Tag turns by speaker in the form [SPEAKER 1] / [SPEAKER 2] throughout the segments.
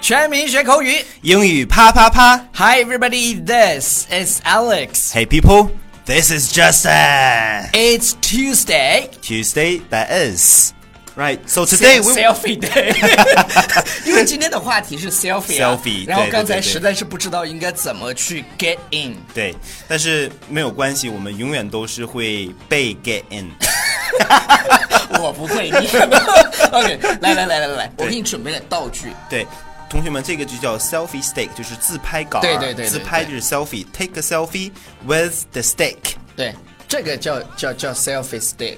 [SPEAKER 1] 全民学口语。
[SPEAKER 2] 英语啪啪啪
[SPEAKER 1] Hi everybody, this is Alex.
[SPEAKER 2] ！Hey people, this is Justin.
[SPEAKER 1] It's Tuesday.
[SPEAKER 2] Tuesday, that is. Right. So today we
[SPEAKER 1] selfie day，因为今天的话题是 selfie 啊
[SPEAKER 2] Selfie，
[SPEAKER 1] 然后
[SPEAKER 2] 对
[SPEAKER 1] 刚才
[SPEAKER 2] 对对对
[SPEAKER 1] 实在是不知道应该怎么去 get in。
[SPEAKER 2] 对，但是没有关系，我们永远都是会被 get in。
[SPEAKER 1] 我不会，你可能 OK。来来来来来，我给你准备了道具。
[SPEAKER 2] 对，同学们，这个就叫 selfie stick，就是自拍杆儿。
[SPEAKER 1] 对对对对
[SPEAKER 2] 自拍就是 selfie，take a selfie with the stick。
[SPEAKER 1] 对，这个叫叫叫 selfie stick。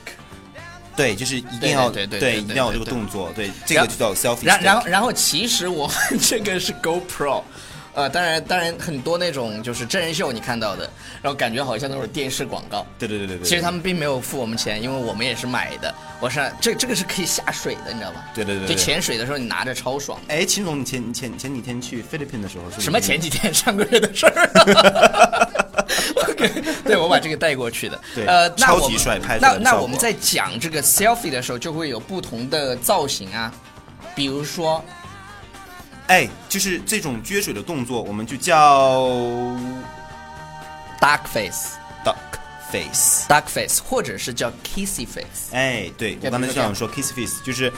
[SPEAKER 2] 对，就是一定要
[SPEAKER 1] 对对对对对
[SPEAKER 2] 一定要有这个
[SPEAKER 1] 对对
[SPEAKER 2] 动作。对，这个就叫 selfie。
[SPEAKER 1] 然然后然后其实我们这个是 GoPro。呃，当然，当然，很多那种就是真人秀你看到的，然后感觉好像都是电视广告。
[SPEAKER 2] 对对对对对，
[SPEAKER 1] 其实他们并没有付我们钱，因为我们也是买的。我是这这个是可以下水的，你知道吧？
[SPEAKER 2] 对对对对
[SPEAKER 1] 就潜水的时候你拿着超爽。
[SPEAKER 2] 哎，秦总，你前你前前几天去菲律宾的时候是不是
[SPEAKER 1] 什么前几天上个月的事儿？OK，对我把这个带过去的。
[SPEAKER 2] 对
[SPEAKER 1] 呃，那
[SPEAKER 2] 超
[SPEAKER 1] 我
[SPEAKER 2] 级
[SPEAKER 1] 们
[SPEAKER 2] 帅拍出来
[SPEAKER 1] 那
[SPEAKER 2] 的
[SPEAKER 1] 那
[SPEAKER 2] 效
[SPEAKER 1] 我们
[SPEAKER 2] 果
[SPEAKER 1] 在讲这个 selfie 的时候，就会有不同的造型啊，比如说
[SPEAKER 2] 哎，就是这种撅水的动作，我们就叫
[SPEAKER 1] duck face、
[SPEAKER 2] duck face。
[SPEAKER 1] duck face，或者是叫 kissy face。
[SPEAKER 2] 哎，对
[SPEAKER 1] 要
[SPEAKER 2] 我刚
[SPEAKER 1] 不就
[SPEAKER 2] 才就
[SPEAKER 1] 这样
[SPEAKER 2] 想说 kiss face，就是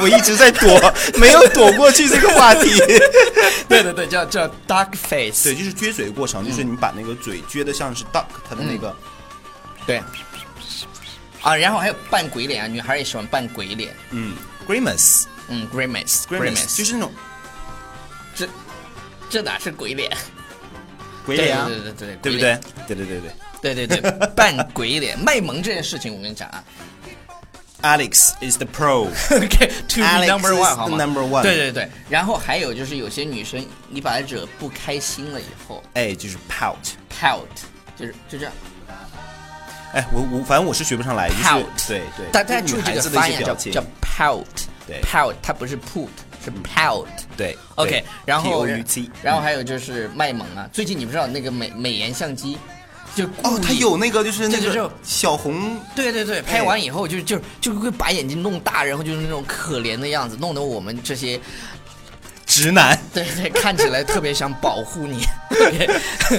[SPEAKER 2] 我一直在躲，没有躲过去这个话 题。
[SPEAKER 1] 对对对，叫叫 duck face
[SPEAKER 2] 对，就是撅嘴的过程，就是你把那个嘴撅的像是 duck，它的那个，
[SPEAKER 1] 嗯对。啊，然后还有扮鬼脸啊，女孩也喜欢扮鬼脸。
[SPEAKER 2] 嗯，grimace
[SPEAKER 1] 嗯，grimace
[SPEAKER 2] grimace，就是那种
[SPEAKER 1] 这这哪是鬼脸？
[SPEAKER 2] 鬼脸啊，
[SPEAKER 1] 对对对对
[SPEAKER 2] 对
[SPEAKER 1] 对
[SPEAKER 2] 不
[SPEAKER 1] 鬼
[SPEAKER 2] 对
[SPEAKER 1] 脸？
[SPEAKER 2] 对对对对
[SPEAKER 1] 对对对，扮鬼脸卖萌这件事情，我跟你讲啊
[SPEAKER 2] ，Alex is the pro，
[SPEAKER 1] ，OK，to
[SPEAKER 2] Alex
[SPEAKER 1] be number
[SPEAKER 2] is
[SPEAKER 1] one
[SPEAKER 2] the
[SPEAKER 1] 好吗
[SPEAKER 2] number one
[SPEAKER 1] 对对对，然后还有就是有些女生，你把她惹不开心了以后
[SPEAKER 2] 哎，就是 pout，
[SPEAKER 1] ，pout，就是就这样。
[SPEAKER 2] 哎，我我反正我是学不上来，就是
[SPEAKER 1] pout，
[SPEAKER 2] 对对，
[SPEAKER 1] 大大家
[SPEAKER 2] 就
[SPEAKER 1] 注
[SPEAKER 2] 是女
[SPEAKER 1] 意这
[SPEAKER 2] 孩
[SPEAKER 1] 个
[SPEAKER 2] 子的
[SPEAKER 1] 发
[SPEAKER 2] 一些
[SPEAKER 1] 音啊
[SPEAKER 2] 表
[SPEAKER 1] 叫
[SPEAKER 2] 情
[SPEAKER 1] 叫 pout，
[SPEAKER 2] 对
[SPEAKER 1] pout，它不是 put，是 pout。
[SPEAKER 2] 对
[SPEAKER 1] OK，然后
[SPEAKER 2] T O U T，
[SPEAKER 1] 然后还有就是卖萌啊，最近你不知道那个美美颜相机，就
[SPEAKER 2] 哦，
[SPEAKER 1] 故
[SPEAKER 2] 它
[SPEAKER 1] 意
[SPEAKER 2] 有那个就是那
[SPEAKER 1] 这嗯就是
[SPEAKER 2] 个小红，
[SPEAKER 1] 对对对，拍完以后就就就会把眼睛弄大，然后就是那种可怜的样子，弄得我们这些
[SPEAKER 2] 直男，
[SPEAKER 1] 对对看起来特别想保护你。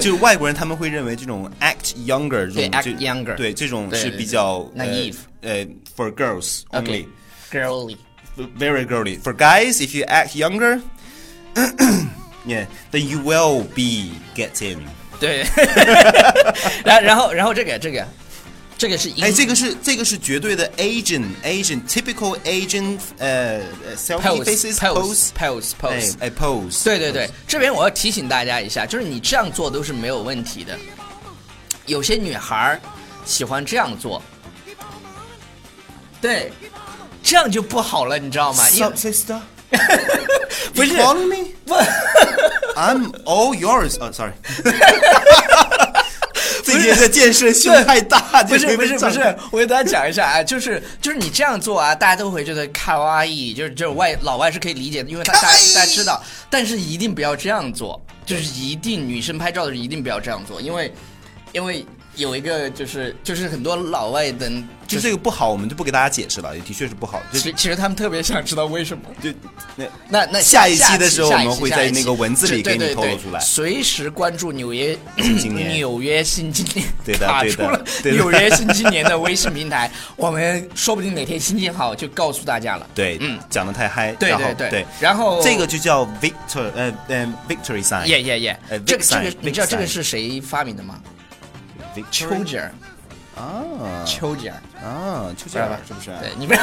[SPEAKER 2] 就是外国人他们会认为这种 act younger 这
[SPEAKER 1] 对
[SPEAKER 2] 种
[SPEAKER 1] act
[SPEAKER 2] 这
[SPEAKER 1] younger
[SPEAKER 2] 对这种
[SPEAKER 1] 对
[SPEAKER 2] 是
[SPEAKER 1] 对
[SPEAKER 2] 比
[SPEAKER 1] 对
[SPEAKER 2] 较呃
[SPEAKER 1] naive
[SPEAKER 2] 呃 for girls only
[SPEAKER 1] OK。Girly，
[SPEAKER 2] very girly. For guys, if you act younger, yeah, then you will be getting.
[SPEAKER 1] 对， 然然后然后这个这个这个是英
[SPEAKER 2] 哎，这个是这个是绝对的 Asian Asian typical Asian 呃呃
[SPEAKER 1] pose
[SPEAKER 2] selfie faces
[SPEAKER 1] pose
[SPEAKER 2] pose，
[SPEAKER 1] pose
[SPEAKER 2] 哎
[SPEAKER 1] pose，
[SPEAKER 2] 哎 pose，
[SPEAKER 1] 对对对，这边我要提醒大家一下，就是你这样做都是没有问题的。有些女孩儿喜欢这样做，对，这样就不好了，你知道吗？因为
[SPEAKER 2] Sup sister，
[SPEAKER 1] 不是
[SPEAKER 2] You calling me?
[SPEAKER 1] 不
[SPEAKER 2] I'm all yours. 哦、s o r r y 最近在健身，胸太大，
[SPEAKER 1] 不是
[SPEAKER 2] 就没
[SPEAKER 1] 不是
[SPEAKER 2] 被
[SPEAKER 1] 不
[SPEAKER 2] 长
[SPEAKER 1] 是，我给大家讲一下啊，就是就是你这样做啊，大家都会觉得卡哇伊，就是就是外老外是可以理解的，因为他大
[SPEAKER 2] 卡哇伊
[SPEAKER 1] 大家知道，但是一定不要这样做，就是一定女生拍照的时候一定不要这样做，因为因为有一个就是就是很多老外的，
[SPEAKER 2] 就这个不好，我们就不给大家解释了，也的确是不好。就
[SPEAKER 1] 其其实他们特别想知道为什么。
[SPEAKER 2] 就那
[SPEAKER 1] 那那
[SPEAKER 2] 下一
[SPEAKER 1] 下
[SPEAKER 2] 期的时候
[SPEAKER 1] 下一
[SPEAKER 2] 我们
[SPEAKER 1] 期
[SPEAKER 2] 会
[SPEAKER 1] 下
[SPEAKER 2] 在
[SPEAKER 1] 一
[SPEAKER 2] 那
[SPEAKER 1] 期
[SPEAKER 2] 个文字
[SPEAKER 1] 是
[SPEAKER 2] 里
[SPEAKER 1] 对
[SPEAKER 2] 给
[SPEAKER 1] 对
[SPEAKER 2] 你透
[SPEAKER 1] 对
[SPEAKER 2] 露出来
[SPEAKER 1] 随时关注纽约
[SPEAKER 2] 青年
[SPEAKER 1] 纽约新青年，
[SPEAKER 2] 对的
[SPEAKER 1] 卡
[SPEAKER 2] 对
[SPEAKER 1] 住
[SPEAKER 2] 的
[SPEAKER 1] 了
[SPEAKER 2] 对的
[SPEAKER 1] 纽约新青年的微信平台，我们说不定哪天心情好就告诉大家了。
[SPEAKER 2] 对，
[SPEAKER 1] 嗯，
[SPEAKER 2] 讲的太嗨，
[SPEAKER 1] 对
[SPEAKER 2] 然后
[SPEAKER 1] 对对
[SPEAKER 2] 对，
[SPEAKER 1] 然后
[SPEAKER 2] 这个就叫 victor，呃呃，victory sign，
[SPEAKER 1] 耶耶耶
[SPEAKER 2] 呃，
[SPEAKER 1] 这个这
[SPEAKER 2] Vixen，
[SPEAKER 1] 个你知道
[SPEAKER 2] Vixen
[SPEAKER 1] 这个是谁发明的吗 c h o
[SPEAKER 2] ，victory
[SPEAKER 1] g e r
[SPEAKER 2] 啊
[SPEAKER 1] c h o g e r
[SPEAKER 2] 啊，丘吉尔是不是？
[SPEAKER 1] 对，你不要。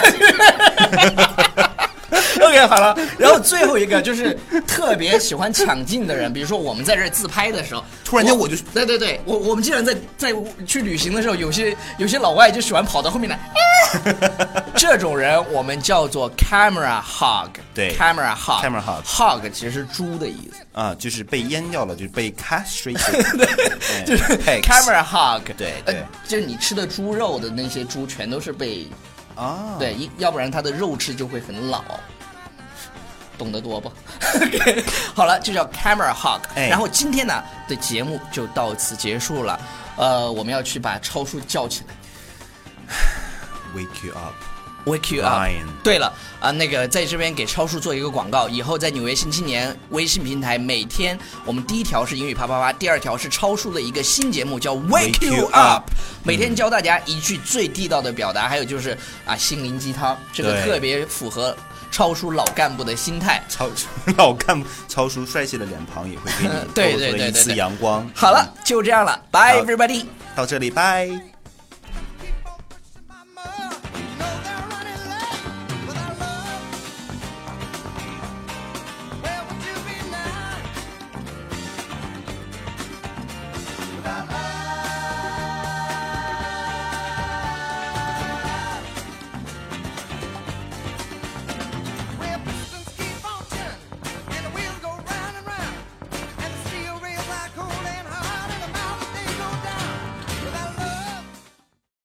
[SPEAKER 1] OK，好了，然后最后一个就是特别喜欢抢镜的人，比如说我们在这儿自拍的时候，
[SPEAKER 2] 突然间我就
[SPEAKER 1] 对对对，我我们竟然在在去旅行的时候，有些有些老外就喜欢跑到后面来， 啊这种人我们叫做 camera hog，
[SPEAKER 2] 对
[SPEAKER 1] ，camera hog
[SPEAKER 2] camera hog
[SPEAKER 1] hog 其实是猪的意思，
[SPEAKER 2] 啊，就是被淹掉了，就是 被 castrated，对
[SPEAKER 1] 就是
[SPEAKER 2] pegs
[SPEAKER 1] camera hog，
[SPEAKER 2] 对
[SPEAKER 1] 呃
[SPEAKER 2] 对
[SPEAKER 1] 就是你吃的猪肉的那些猪全都是被
[SPEAKER 2] 啊，
[SPEAKER 1] 对，一要不然它的肉质就会很老。懂得多不？ 好了，就叫 camera hog、
[SPEAKER 2] 哎
[SPEAKER 1] 然后今天呢的节目就到此结束了。呃，我们要去把超叔叫起来。
[SPEAKER 2] ，wake you up，
[SPEAKER 1] Wake you up
[SPEAKER 2] Lion。
[SPEAKER 1] 对了啊，那个在这边给超叔做一个广告，以后在纽约新青年微信平台，每天我们第一条是英语啪啪啪，第二条是超叔的一个新节目叫 Wake
[SPEAKER 2] Wake
[SPEAKER 1] You
[SPEAKER 2] You
[SPEAKER 1] Up，
[SPEAKER 2] Up
[SPEAKER 1] 每天教大家一句最地道的表达，还有就是啊心灵鸡汤，这个
[SPEAKER 2] 对
[SPEAKER 1] 特别符合超叔老干部的心态。
[SPEAKER 2] 超 老干部超叔帅气的脸庞也会给你
[SPEAKER 1] 对
[SPEAKER 2] 透
[SPEAKER 1] 对对
[SPEAKER 2] 出了一
[SPEAKER 1] 对
[SPEAKER 2] 丝
[SPEAKER 1] 对
[SPEAKER 2] 阳光。
[SPEAKER 1] 嗯好了，就这样了，Bye
[SPEAKER 2] 好
[SPEAKER 1] everybody。
[SPEAKER 2] 到这里，拜。